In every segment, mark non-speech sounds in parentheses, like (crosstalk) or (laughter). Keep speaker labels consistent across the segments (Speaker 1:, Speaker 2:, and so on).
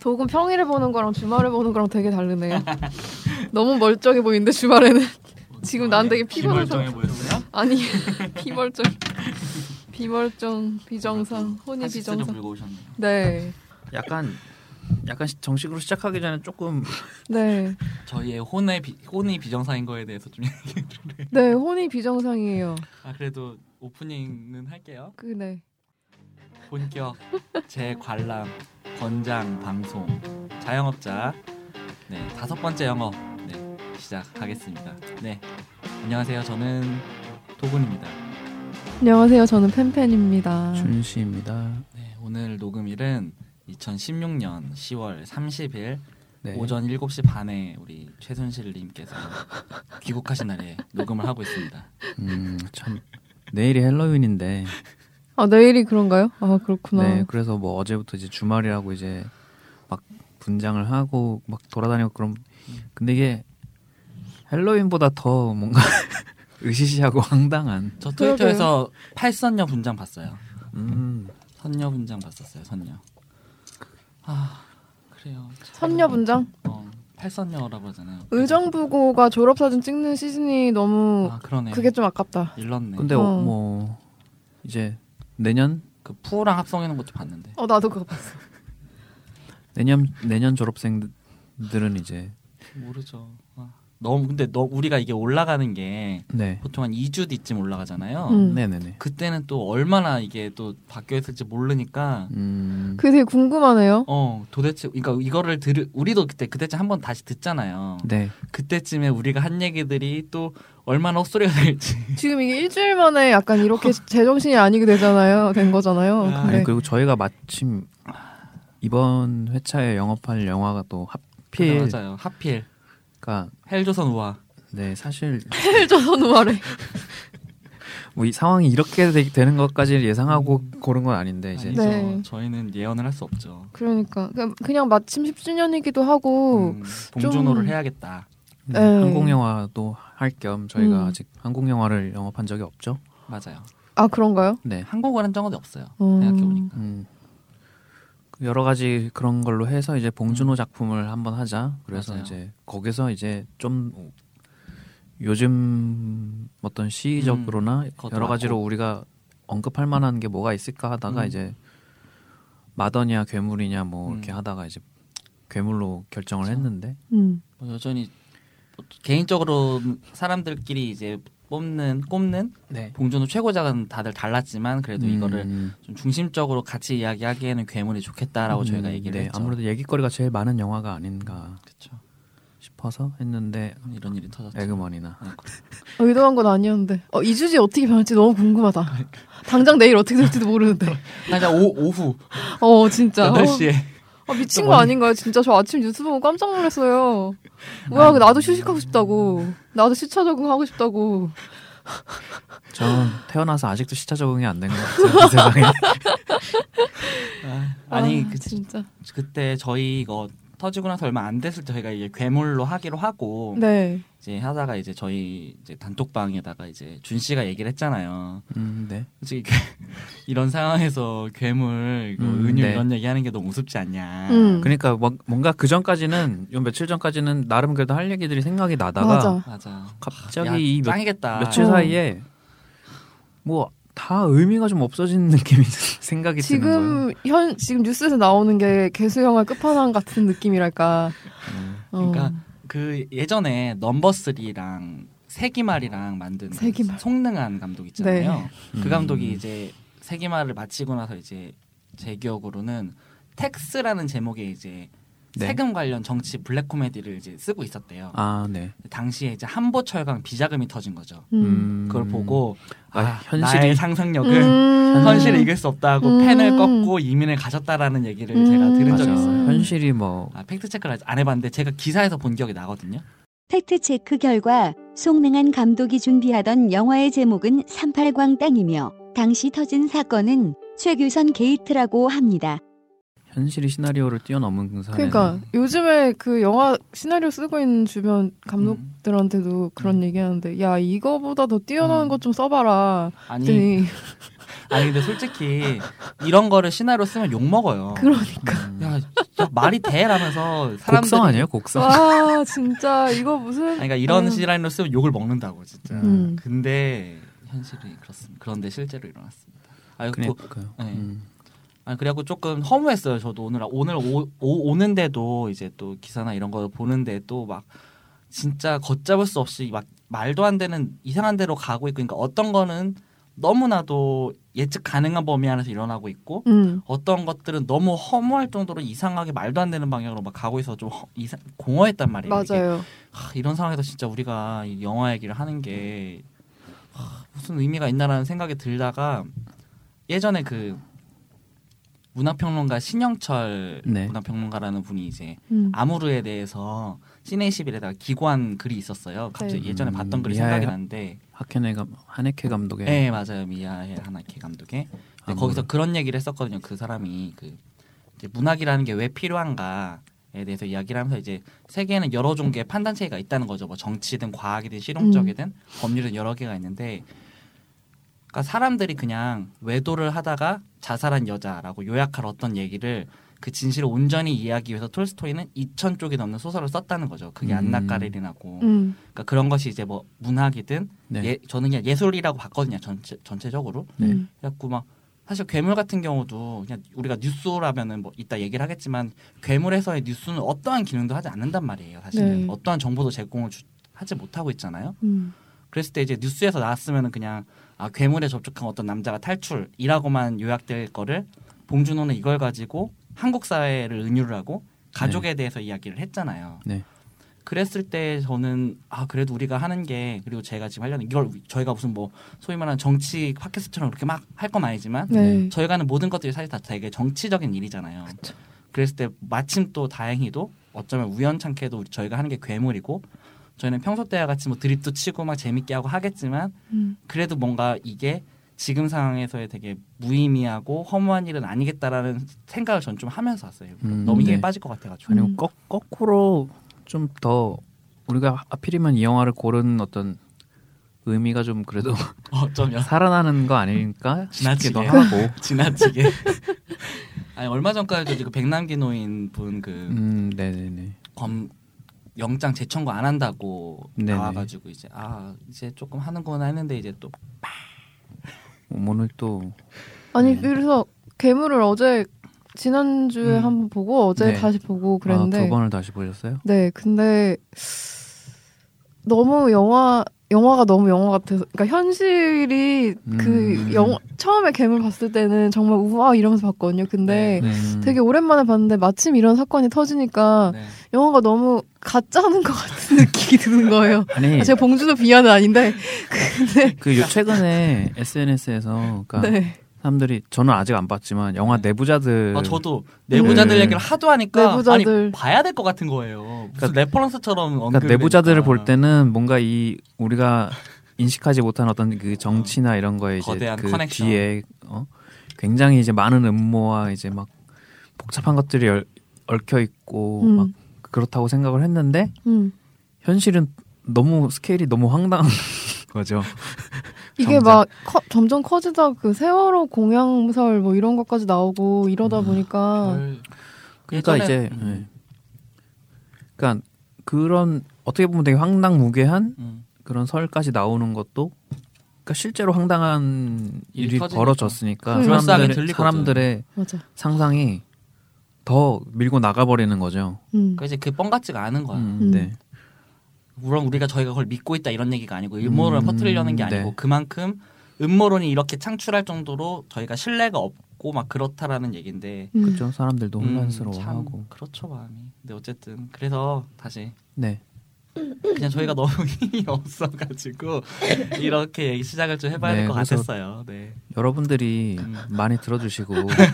Speaker 1: 독은 평일에 보는 거랑 주말에 보는 거랑 되게 다르네. 너무 멀쩡해 보이는데 주말에는 (laughs) 지금 난 되게 피곤해서
Speaker 2: 비멀쩡해 보였어요?
Speaker 1: 아니 (laughs) 비멀쩡 비멀쩡 비정상 혼이
Speaker 2: 하시스 좀
Speaker 1: 비정상.
Speaker 2: 불고 오셨네요.
Speaker 1: 네
Speaker 3: 약간 약간 시- 정식으로 시작하기 전에 조금
Speaker 1: 네.
Speaker 2: 저희의 혼의 비, 혼이 비정상인 거에 대해서 좀. (laughs)
Speaker 1: 네, 혼이 비정상이에요.
Speaker 2: 아 그래도 오프닝은 할게요.
Speaker 1: 그네.
Speaker 2: 본격 제 관람 권장 방송 자영업자 네 다섯 번째 영업 네 시작하겠습니다. 네 안녕하세요 저는 도군입니다.
Speaker 1: 안녕하세요. 저는 팬팬입니다.
Speaker 3: 준씨입니다.
Speaker 2: 네 오늘 녹음일은 2016년 10월 30일
Speaker 3: 네.
Speaker 2: 오전 7시 반에 우리 최순실님께서 귀국하신 날에 녹음을 하고 있습니다.
Speaker 3: 음, 참 내일이 헬로윈인데
Speaker 1: 아, 내일이 그런가요? 아, 그렇구나.
Speaker 3: 네 그래서 뭐 어제부터 이제 주말이라고 이제 막 분장을 하고 막 돌아다니고 그럼 근데 이게 헬로윈보다 더 뭔가 (laughs) 으시시하고 황당한
Speaker 2: 저 트위터에서 팔선녀 분장 봤어요.
Speaker 3: 음,
Speaker 2: 선녀 분장 봤었어요. 선녀. 아 그래요.
Speaker 1: 선녀 분장?
Speaker 2: 어, 팔선녀라고 하잖아요.
Speaker 1: 의정부고가 졸업사진 찍는 시즌이 너무
Speaker 2: 아 그러네.
Speaker 1: 그게 좀 아깝다.
Speaker 2: 일렀네.
Speaker 3: 근데
Speaker 2: 근데
Speaker 1: 어.
Speaker 3: 어, 뭐 이제 내년
Speaker 2: 그 푸랑 합성하는 것도 봤는데.
Speaker 1: 어, 나도 그거
Speaker 2: 음.
Speaker 1: 봤어.
Speaker 3: 내년 내년 졸업생들은 이제
Speaker 2: 모르죠. 아, 너무 근데 너 우리가 이게 올라가는 게
Speaker 3: 네
Speaker 2: 보통 한 2주 뒤쯤 올라가잖아요.
Speaker 1: 음.
Speaker 3: 어, 네네네
Speaker 2: 그때는 또 얼마나 이게 또 바뀌어 있을지 모르니까
Speaker 3: 음,
Speaker 1: 그게 되게 궁금하네요.
Speaker 2: 어 도대체 그러니까 이거를 들을 우리도 그때 그때쯤 한번 다시 듣잖아요.
Speaker 3: 네
Speaker 2: 그때쯤에 우리가 한 얘기들이 또 얼마나 헛소리가 될지.
Speaker 1: 지금 이게 일주일 만에 약간 이렇게
Speaker 2: (laughs)
Speaker 1: 제정신이 아니게 되잖아요. 된 거잖아요.
Speaker 2: 아,
Speaker 3: 아니 네,
Speaker 1: 근데
Speaker 3: 그리고 저희가 마침 이번 회차에 영업할 영화가 또 (laughs) 하필
Speaker 2: 네, 맞아요. 하필
Speaker 3: 그러니까
Speaker 2: 헬조선 우화.
Speaker 3: 네 사실
Speaker 1: (laughs) 헬조선 우아래.
Speaker 3: 뭐 이 상황이 이렇게 되, 되는 것까지 예상하고 고른 건 아닌데 이제
Speaker 2: 아니죠.
Speaker 1: 네.
Speaker 2: 저희는 예언을 할 수 없죠.
Speaker 1: 그러니까 그냥- 그냥 마침 10주년이기도 하고
Speaker 2: 음, 봉준호를
Speaker 1: 좀-
Speaker 2: 해야겠다.
Speaker 3: 네,
Speaker 1: 에이.
Speaker 3: 한국 영화도 할 겸 저희가
Speaker 1: 음.
Speaker 3: 아직 한국 영화를 영업한 적이 없죠.
Speaker 2: 맞아요.
Speaker 1: 아 그런가요?
Speaker 3: 네
Speaker 2: 한국어는 한 적은 없어요.
Speaker 1: 음.
Speaker 2: 생각해 보니까.
Speaker 3: 음. 그 여러 가지 그런 걸로 해서 이제 봉준호 작품을 한번 하자. 그래서
Speaker 2: 맞아요.
Speaker 3: 이제 거기서 이제 좀 요즘 어떤 시기적으로나
Speaker 2: 그것도
Speaker 3: 여러 가지로
Speaker 2: 맞고.
Speaker 3: 우리가 언급할 만한 게 뭐가 있을까 하다가
Speaker 2: 음.
Speaker 3: 이제 마더냐 괴물이냐 뭐
Speaker 2: 음.
Speaker 3: 이렇게 하다가 이제 괴물로 결정을
Speaker 2: 그쵸.
Speaker 3: 했는데
Speaker 1: 음.
Speaker 2: 뭐 여전히 뭐 개인적으로 사람들끼리 이제 뽑는 꼽는
Speaker 3: 네.
Speaker 2: 봉준호 최고작은 다들 달랐지만 그래도 이거를
Speaker 3: 음.
Speaker 2: 좀 중심적으로 같이 이야기하기에는 괴물이 좋겠다라고 저희가 얘기를
Speaker 3: 네,
Speaker 2: 했죠.
Speaker 3: 아무래도 얘기거리가 제일 많은 영화가 아닌가
Speaker 2: 그렇죠.
Speaker 3: 싶어서 했는데
Speaker 2: 이런 일이 터졌죠.
Speaker 3: 그렇죠. 에그머니나
Speaker 1: 의도한 건 아니었는데 어, 이 주제 어떻게 변할지 너무 궁금하다. 당장 내일 어떻게 될지도
Speaker 2: (laughs)
Speaker 1: 모르는데.
Speaker 2: 일단 오, 오후
Speaker 1: 어 진짜. 어,
Speaker 2: 8시에
Speaker 1: 아, 미친 거 아닌가요? 진짜 저 아침 뉴스 보고 깜짝 놀랐어요. 뭐야 그 나도 휴식하고 싶다고. 나도 시차 적응하고 싶다고.
Speaker 3: 저는 태어나서 아직도 시차 적응이 안 된 것 같아요. 이 세상에.
Speaker 2: 아, 아니
Speaker 1: 아,
Speaker 2: 그,
Speaker 1: 진짜.
Speaker 2: 그때 저희 이거 터지고 나서 얼마 안 됐을 때 저희가 이게 괴물로 하기로 하고
Speaker 1: 네.
Speaker 2: 이제 하다가 이제 저희 이제 단톡방에다가 이제 준 씨가 얘기를 했잖아요.
Speaker 3: 음, 네.
Speaker 2: 솔직히 괴- (laughs) 이런 상황에서 괴물, 그
Speaker 3: 음,
Speaker 2: 은유
Speaker 3: 네.
Speaker 2: 이런 얘기하는 게 너무 우습지 않냐.
Speaker 1: 음.
Speaker 3: 그러니까 뭐- 뭔가 그 전까지는 요 며칠 전까지는 나름 그래도 할 얘기들이 생각이 나다가
Speaker 1: 맞아.
Speaker 2: 맞아.
Speaker 3: 갑자기
Speaker 2: 야,
Speaker 3: 이 며,
Speaker 2: 짱이겠다.
Speaker 3: 며칠
Speaker 1: 어.
Speaker 3: 사이에 뭐 다 의미가 좀 없어진 느낌이 (laughs) 생각이 드는
Speaker 1: 지금
Speaker 3: 거예요.
Speaker 1: 현 지금 뉴스에서 나오는 게 개수 영화 끝판왕 같은 느낌이랄까. 어.
Speaker 2: 그러니까 그 예전에 넘버 스리랑 세기말이랑 만든 그
Speaker 1: 세기말. 네.
Speaker 2: 송능한 감독 있잖아요. 그
Speaker 3: 음.
Speaker 2: 감독이 이제 세기말을 마치고 나서 이제 제 기억으로는 텍스라는 제목의 이제
Speaker 3: 네.
Speaker 2: 세금 관련 정치 블랙 코미디를 이제 쓰고 있었대요.
Speaker 3: 아, 네.
Speaker 2: 당시에 이제 한보 철강 비자금이 터진 거죠.
Speaker 1: 음.
Speaker 3: 음.
Speaker 2: 그걸 보고
Speaker 3: 아,
Speaker 2: 아,
Speaker 3: 현실이-
Speaker 2: 나의 상상력은
Speaker 1: 음.
Speaker 2: 어, 현실을 이길 수 없다고
Speaker 1: 음.
Speaker 2: 펜을 꺾고 이민을 가셨다라는 얘기를 제가
Speaker 1: 음.
Speaker 2: 들은
Speaker 3: 맞아.
Speaker 2: 적이
Speaker 1: 맞아요.
Speaker 2: 있어요.
Speaker 3: 현실이 뭐
Speaker 2: 아, 팩트 체크를 아직 안 해봤는데 제가 기사에서 본 기억이 나거든요.
Speaker 4: 팩트체크 결과 송능한 감독이 준비하던 영화의 제목은 38광 땅이며 당시 터진 사건은 최규선 게이트라고 합니다.
Speaker 3: 현실이 시나리오를 뛰어넘은 사람.
Speaker 1: 그러니까 요즘에 그 영화 시나리오 쓰고 있는 주변 감독들한테도 그런
Speaker 2: 음.
Speaker 1: 얘기하는데 야 이거보다 더 뛰어난
Speaker 2: 음.
Speaker 1: 것 좀 써봐라.
Speaker 2: 아니,
Speaker 1: 그랬더니
Speaker 2: 아니 근데 솔직히 이런 거를 시나리오 쓰면 욕 먹어요.
Speaker 1: 그러니까
Speaker 2: 야, 야 말이 돼라면서 사람들
Speaker 3: 음. 곡성 아니에요? 곡성.
Speaker 1: 와 진짜 이거 무슨
Speaker 2: 그러니까 이런
Speaker 1: 아유.
Speaker 2: 시라인으로 쓰면 욕을 먹는다고 진짜.
Speaker 1: 음.
Speaker 2: 근데 현실이 그렇습니다. 그런데 실제로 일어났습니다. 아 그리고
Speaker 3: 그러니까요.
Speaker 2: 네.
Speaker 3: 음.
Speaker 2: 아 그래갖고 조금 허무했어요. 저도 오늘 오늘 오, 는데도 이제 또 기사나 이런 거 보는데 또 막 진짜 걷잡을 수 없이 막 말도 안 되는 이상한 데로 가고 있고 그러니까 어떤 거는 너무나도 예측 가능한 범위 안에서 일어나고 있고
Speaker 1: 음.
Speaker 2: 어떤 것들은 너무 허무할 정도로 이상하게 말도 안 되는 방향으로 막 가고 있어서 좀 허- 이상, 공허했단 말이에요. 이게
Speaker 1: 맞아요.
Speaker 2: 하, 이런 상황에서 진짜 우리가 이 영화 얘기를 하는 게 하, 무슨 의미가 있나라는 생각이 들다가 예전에 그 문화평론가 신영철
Speaker 3: 네.
Speaker 2: 문화평론가라는 분이 이제
Speaker 1: 음.
Speaker 2: 아무르에 대해서 시네시빌에다가 기고한 글이 있었어요. 갑자기
Speaker 3: 네.
Speaker 2: 예전에
Speaker 3: 음,
Speaker 2: 봤던 글이
Speaker 3: 미아의
Speaker 2: 생각이
Speaker 3: 하-
Speaker 2: 나는데,
Speaker 3: 하케네 감 한혜케 감독의
Speaker 2: 네 맞아요 미야의 하나키 감독의 근데
Speaker 3: 아무르. 뭐.
Speaker 2: 거기서 그런 얘기를 했었거든요. 그 사람이 그 이제 문학이라는 게 왜 필요한가에 대해서 이야기를 하면서 이제 세계에는 여러 종류의 판단 체계가 있다는 거죠. 뭐 정치든 과학이든 실용적이든 법률은 여러 개가 있는데 그러니까 사람들이 그냥 외도를 하다가 자살한 여자라고 요약할 어떤 얘기를 그 진실을 온전히 이해하기 위해서 톨스토이는 2천 쪽이 넘는 소설을 썼다는 거죠. 그게
Speaker 3: 음.
Speaker 2: 안나 까레리나고.
Speaker 1: 음.
Speaker 2: 그러니까 그런 것이 이제 뭐 문학이든
Speaker 3: 네.
Speaker 2: 예, 저는 그냥 예술이라고 봤거든요. 전체 전체적으로.
Speaker 3: 네.
Speaker 1: 음.
Speaker 2: 그래갖고 막 사실 괴물 같은 경우도 그냥 우리가 뉴스라면은 뭐 이따 얘기를 하겠지만 괴물에서의 뉴스는 어떠한 기능도 하지 않는단 말이에요.
Speaker 1: 네.
Speaker 2: 사실은 어떠한 정보도 제공을 주- 하지 못하고 있잖아요.
Speaker 1: 음.
Speaker 2: 그랬을 때 이제 뉴스에서 나왔으면은 그냥 아 괴물에 접촉한 어떤 남자가 탈출이라고만 요약될 거를 봉준호는 이걸 가지고 한국 사회를 은유를 하고 가족에 대해서 이야기를 했잖아요.
Speaker 3: 네.
Speaker 2: 그랬을 때 저는 아 그래도 우리가 하는 게 그리고 제가 지금 하려는 이걸 저희가 무슨 뭐 소위 말하는 정치 팟캐스트처럼 그렇게 막 할 건 아니지만
Speaker 1: 네.
Speaker 2: 저희가 하는 모든 것들이 사실 다 되게 정치적인 일이잖아요. 그랬을때 마침 또 다행히도 어쩌면 우연찮게도 우리 저희가 하는 게 괴물이고 저희는 평소 때와 같이 뭐 드립도 치고 막 재밌게 하고 하겠지만
Speaker 1: 음.
Speaker 2: 그래도 뭔가 이게 지금 상황에서의 되게 무의미하고 허무한 일은 아니겠다라는 생각을 전 좀 하면서 왔어요. 일부러.
Speaker 3: 음,
Speaker 2: 너무 이게
Speaker 3: 네.
Speaker 2: 빠질 것 같아가지고.
Speaker 3: 아니면
Speaker 1: 음.
Speaker 3: 거, 거꾸로 좀 더 우리가 하필이면 이 영화를 고른 어떤 의미가 좀
Speaker 2: (laughs)
Speaker 3: 그래도
Speaker 2: 어쩌면
Speaker 3: 살아나는 거 아닐까
Speaker 2: 지나치게.
Speaker 3: 싶기도 하고
Speaker 2: 지나치게. (laughs) 아니 얼마 전까지도 지금 백남기 노인 분그
Speaker 3: 음 네네네
Speaker 2: 검 영장 재청구 안 한다고
Speaker 3: 네네.
Speaker 2: 나와가지고 이제 아 이제 조금 하는구나 했는데 이제 또
Speaker 3: 오늘 또
Speaker 1: 아니
Speaker 3: 네.
Speaker 1: 그래서 괴물을 어제 지난주에
Speaker 2: 음.
Speaker 1: 한번 보고 어제
Speaker 3: 네.
Speaker 1: 다시 보고 그랬는데
Speaker 3: 아, 두 번을 다시 보셨어요?
Speaker 1: 네, 근데 너무 영화 영화가 너무 영화 같아서 그러니까 현실이 그
Speaker 3: 음.
Speaker 1: 영화 처음에 괴물 봤을 때는 정말 우와 이러면서 봤거든요.
Speaker 2: 네.
Speaker 1: 근데
Speaker 3: 음,
Speaker 1: 되게 오랜만에 봤는데 마침 이런 사건이 터지니까
Speaker 2: 네.
Speaker 1: 영화가 너무 가짜는 것 같은 (laughs) 느낌이 드는 거예요.
Speaker 3: 아니
Speaker 1: 아, 제가 봉준호 비하는 아닌데 근데
Speaker 3: 그 요- 최근에 SNS에서 그러니까
Speaker 1: 네
Speaker 3: 사람들이 저는 아직 안 봤지만 영화 내부자들
Speaker 2: 아 저도 내부자들
Speaker 3: 네.
Speaker 2: 얘기를 하도 하니까
Speaker 1: 내부자들.
Speaker 2: 아니 봐야 될 것 같은 거예요. 무슨 레퍼런스처럼 언급이
Speaker 3: 그러니까 내부자들을
Speaker 2: 되니까.
Speaker 3: 볼 때는 뭔가 이 우리가 인식하지 못한 어떤 그 정치나 이런 거에 이제
Speaker 2: 거대한
Speaker 3: 그
Speaker 2: 커넥션.
Speaker 3: 뒤에 어? 굉장히 이제 많은 음모와 이제 막 복잡한 것들이 얽- 얽혀 있고
Speaker 1: 음,
Speaker 3: 막 그렇다고 생각을 했는데
Speaker 1: 음.
Speaker 3: 현실은 너무 스케일이 너무 황당한 (laughs) 거죠.
Speaker 1: 이게
Speaker 3: 점점.
Speaker 1: 막 커- 점점 커지다 그 세월호 공양설 뭐 이런 것까지 나오고 이러다
Speaker 3: 음.
Speaker 1: 보니까
Speaker 2: 별-
Speaker 3: 그러니까
Speaker 2: 어. 그 예전에-
Speaker 3: 이제
Speaker 2: 음,
Speaker 3: 예. 그러니까 그런 어떻게 보면 되게 황당무계한
Speaker 2: 음.
Speaker 3: 그런 설까지 나오는 것도 그러니까 실제로 황당한
Speaker 2: 일이
Speaker 3: 일이
Speaker 2: 터지니까. 음.
Speaker 3: 벌어졌으니까
Speaker 1: 불쌍하게
Speaker 3: 사람들의,
Speaker 2: 들리거든.
Speaker 3: 사람들의
Speaker 1: 맞아.
Speaker 3: 상상이 더 밀고 나가버리는 거죠.
Speaker 1: 음.
Speaker 2: 그러니까 이제 그뻥 같지가 않은 거야.
Speaker 3: 음,
Speaker 1: 음.
Speaker 3: 네.
Speaker 2: 물론 우리가 저희가 그걸 믿고 있다 이런 얘기가 아니고 음모론을
Speaker 3: 음,
Speaker 2: 퍼뜨리려는 게
Speaker 3: 네.
Speaker 2: 아니고 그만큼 음모론이 이렇게 창출할 정도로 저희가 신뢰가 없고 막 그렇다라는 얘기인데
Speaker 1: 음.
Speaker 3: 그렇죠. 사람들도
Speaker 2: 음,
Speaker 3: 혼란스러워하고.
Speaker 2: 참 그렇죠 마음이. 근데 어쨌든 그래서 다시
Speaker 3: 네.
Speaker 2: 그냥 저희가 너무 (laughs) 힘이 없어가지고 이렇게 얘기 시작을 좀 해봐야
Speaker 3: 네,
Speaker 2: 될 것
Speaker 3: 그래서-
Speaker 2: 같았어요. 네.
Speaker 3: 여러분들이
Speaker 2: 음. (laughs)
Speaker 3: 많이 들어주시고
Speaker 1: 그거랑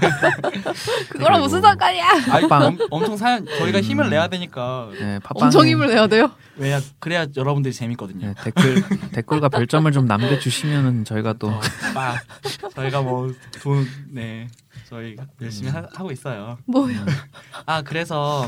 Speaker 3: 그리고-
Speaker 1: 무슨 상관이야?
Speaker 2: 아니,
Speaker 3: 빵.
Speaker 2: 엄, 엄청 사연 저희가
Speaker 3: 음.
Speaker 2: 힘을 내야 되니까
Speaker 3: 네, 팟빵에
Speaker 1: 엄청 힘을 내야 돼요.
Speaker 2: 왜야 그래야 여러분들이 재밌거든요.
Speaker 3: 네, 댓글 댓글과 별점을 좀 남겨주시면 저희가 또
Speaker 2: 어, 빵. 저희가 뭐 돈 네 저희
Speaker 3: 음.
Speaker 2: 열심히 하, 하고 있어요.
Speaker 1: 뭐요?
Speaker 2: 아 그래서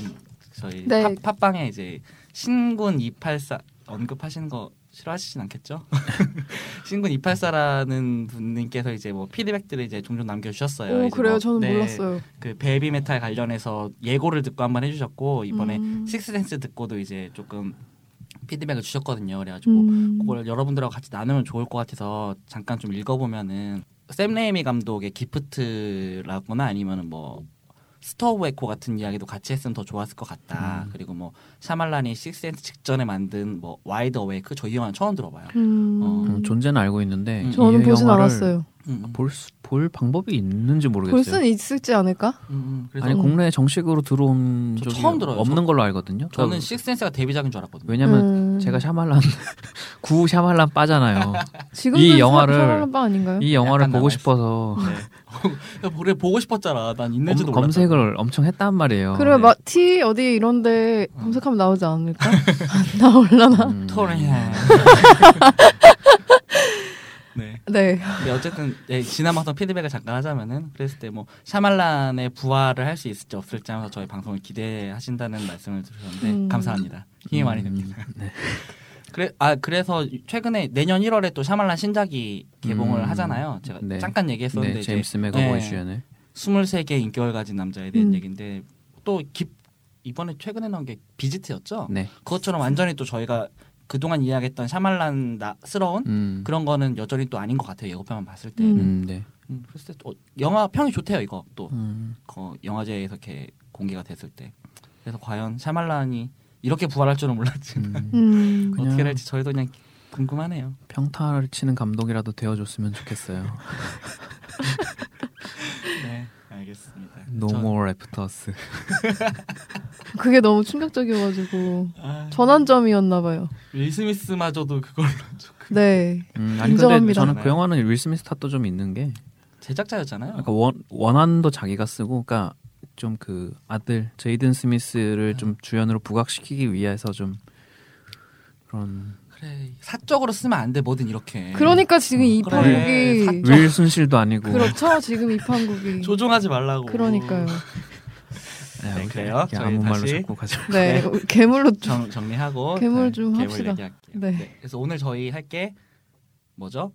Speaker 2: 저희
Speaker 1: 네.
Speaker 2: 팟- 팟빵에 이제 신군 284 언급하신 거 싫어하시진 않겠죠? (laughs) 신군 284라는 분님께서 이제 뭐 피드백들을 이제 종종 남겨주셨어요.
Speaker 1: 오
Speaker 2: 이제
Speaker 1: 그래요
Speaker 2: 뭐,
Speaker 1: 저는
Speaker 2: 네,
Speaker 1: 몰랐어요.
Speaker 2: 그 베이비 메탈 관련해서 예고를 듣고 한번 해주셨고 이번에
Speaker 1: 음.
Speaker 2: 식스센스 듣고도 이제 조금 피드백을 주셨거든요. 그래가지고
Speaker 1: 음.
Speaker 2: 뭐, 그걸 여러분들하고 같이 나누면 좋을 것 같아서 잠깐 좀 읽어보면은 샘 레이미 감독의 기프트라거나 아니면은 뭐 스토브 에코 같은 이야기도 같이 했으면 더 좋았을 것 같다.
Speaker 3: 음.
Speaker 2: 그리고 뭐 샤말란이 식스센스 직전에 만든 뭐 와이드 어웨이크 저이 영화는 처음 들어봐요.
Speaker 1: 음.
Speaker 3: 음, 존재는 알고 있는데
Speaker 2: 음.
Speaker 1: 저는
Speaker 3: 이
Speaker 1: 보진
Speaker 3: 영화를
Speaker 1: 않았어요.
Speaker 2: 음,
Speaker 3: 볼, 수- 볼 방법이 있는지
Speaker 1: 볼
Speaker 3: 모르겠어요.
Speaker 1: 수는 있을지 않을까?
Speaker 2: 음, 음. 그래서
Speaker 3: 아니 국내에 정식으로 들어온
Speaker 2: 저
Speaker 3: 적이
Speaker 2: 처음 들어요.
Speaker 3: 없는 걸로 알거든요.
Speaker 2: 저는
Speaker 3: 그러니까
Speaker 2: 식스센스가 데뷔작인 줄 알았거든요.
Speaker 3: 왜냐면
Speaker 1: 음.
Speaker 3: 제가 샤말란 (laughs) 구 샤말란 빠잖아요.
Speaker 1: 지금도
Speaker 3: 이
Speaker 1: 사-
Speaker 3: 영화를-
Speaker 1: 사랑하는 바 아닌가요?
Speaker 3: 이 영화를
Speaker 2: 약간
Speaker 3: 보고
Speaker 2: 남아있어.
Speaker 3: 싶어서
Speaker 2: 네. (laughs) 그래 보고 싶었잖아. 난 있는지도
Speaker 3: 검,
Speaker 2: 몰랐다.
Speaker 3: 검색을 엄청 했단 말이에요.
Speaker 1: 그래
Speaker 2: 네.
Speaker 1: 막 티 어디 이런데 검색하면 나오지 않을까?
Speaker 3: (laughs)
Speaker 1: 안 나올라나?
Speaker 3: 음. (laughs)
Speaker 2: 토렌. 네.
Speaker 1: 네.
Speaker 2: 근데 어쨌든 예, 지난번 피드백을 잠깐 하자면은 그랬을 때 뭐 샤말란의 부활을 할 수 있을지 없을지 하면서 저희 방송을 기대하신다는 말씀을 드렸는데
Speaker 1: 음.
Speaker 2: 감사합니다. 힘이 많이
Speaker 3: 음,
Speaker 2: 됩니다.
Speaker 3: 네.
Speaker 2: 그래 아 그래서 최근에 내년 1월에 또 샤말란 신작이 개봉을
Speaker 3: 음.
Speaker 2: 하잖아요. 제가
Speaker 3: 네.
Speaker 2: 잠깐 얘기했었는데
Speaker 3: 네,
Speaker 2: 이제
Speaker 3: 제임스 맥어버의
Speaker 2: 네.
Speaker 3: 주연의
Speaker 2: 23개의 인격을 가진 남자에 대한
Speaker 1: 음.
Speaker 2: 얘기인데 또 기- 이번에 최근에 나온 게 비지트였죠.
Speaker 3: 네.
Speaker 2: 그것처럼 완전히 또 저희가 그동안 이야기했던 샤말란스러운
Speaker 3: 음.
Speaker 2: 그런 거는 여전히 또 아닌 것 같아요. 예고편만 봤을 때.
Speaker 1: 음.
Speaker 3: 음, 네.
Speaker 2: 음, 글쎄 또 영화 평이 좋대요 이거 또
Speaker 3: 음.
Speaker 2: 그 영화제에서 이렇게 공개가 됐을 때 그래서 과연 샤말란이 이렇게 부활할 줄은 몰랐지만
Speaker 3: 음.
Speaker 1: 음.
Speaker 3: 그냥-
Speaker 2: (laughs) 어떻게 될지 저희도 그냥 궁금하네요
Speaker 3: 평타를 치는 감독이라도 되어줬으면 좋겠어요.
Speaker 2: 네 알겠습니다
Speaker 3: No more after us.
Speaker 1: 그게 너무 충격적이어가지고
Speaker 2: 아,
Speaker 1: 전환점이었나 봐요.
Speaker 2: 윌 스미스마저도 그걸로 (laughs) 조금
Speaker 1: 네.
Speaker 3: 음, 아니 근데
Speaker 1: 인정합니다.
Speaker 3: 저는
Speaker 2: 네.
Speaker 3: 그 영화는 윌 스미스 탓도 좀 있는 게
Speaker 2: 제작자였잖아요
Speaker 3: 그러니까 원, 원안도 자기가 쓰고 그러니까 좀 그 아들 제이든 스미스를 좀 주연으로 부각시키기 위해서 좀 그런
Speaker 2: 그래 사적으로 쓰면 안 돼 뭐든 이렇게
Speaker 1: 그러니까 지금 이
Speaker 2: 네. 어, 그래,
Speaker 1: 판국이
Speaker 2: 사적-
Speaker 3: 윌 순실도 아니고 네,
Speaker 1: 그렇죠. 지금 이 판국이
Speaker 2: 조종하지 말라고
Speaker 1: 그러니까요.
Speaker 3: 야,
Speaker 2: 네, 그래요.
Speaker 3: 그냥
Speaker 2: 저희
Speaker 3: 아무 말로
Speaker 2: 다시.
Speaker 3: 잡고 가죠.
Speaker 1: 네.
Speaker 2: 네.
Speaker 1: 괴물로 좀
Speaker 2: 정, 정리하고
Speaker 1: 괴물
Speaker 2: 다-
Speaker 1: 좀
Speaker 2: 괴물 네.
Speaker 1: 합시다.
Speaker 2: 얘기할게요.
Speaker 1: 네.
Speaker 2: 그래서 오늘 저희 할 게 뭐죠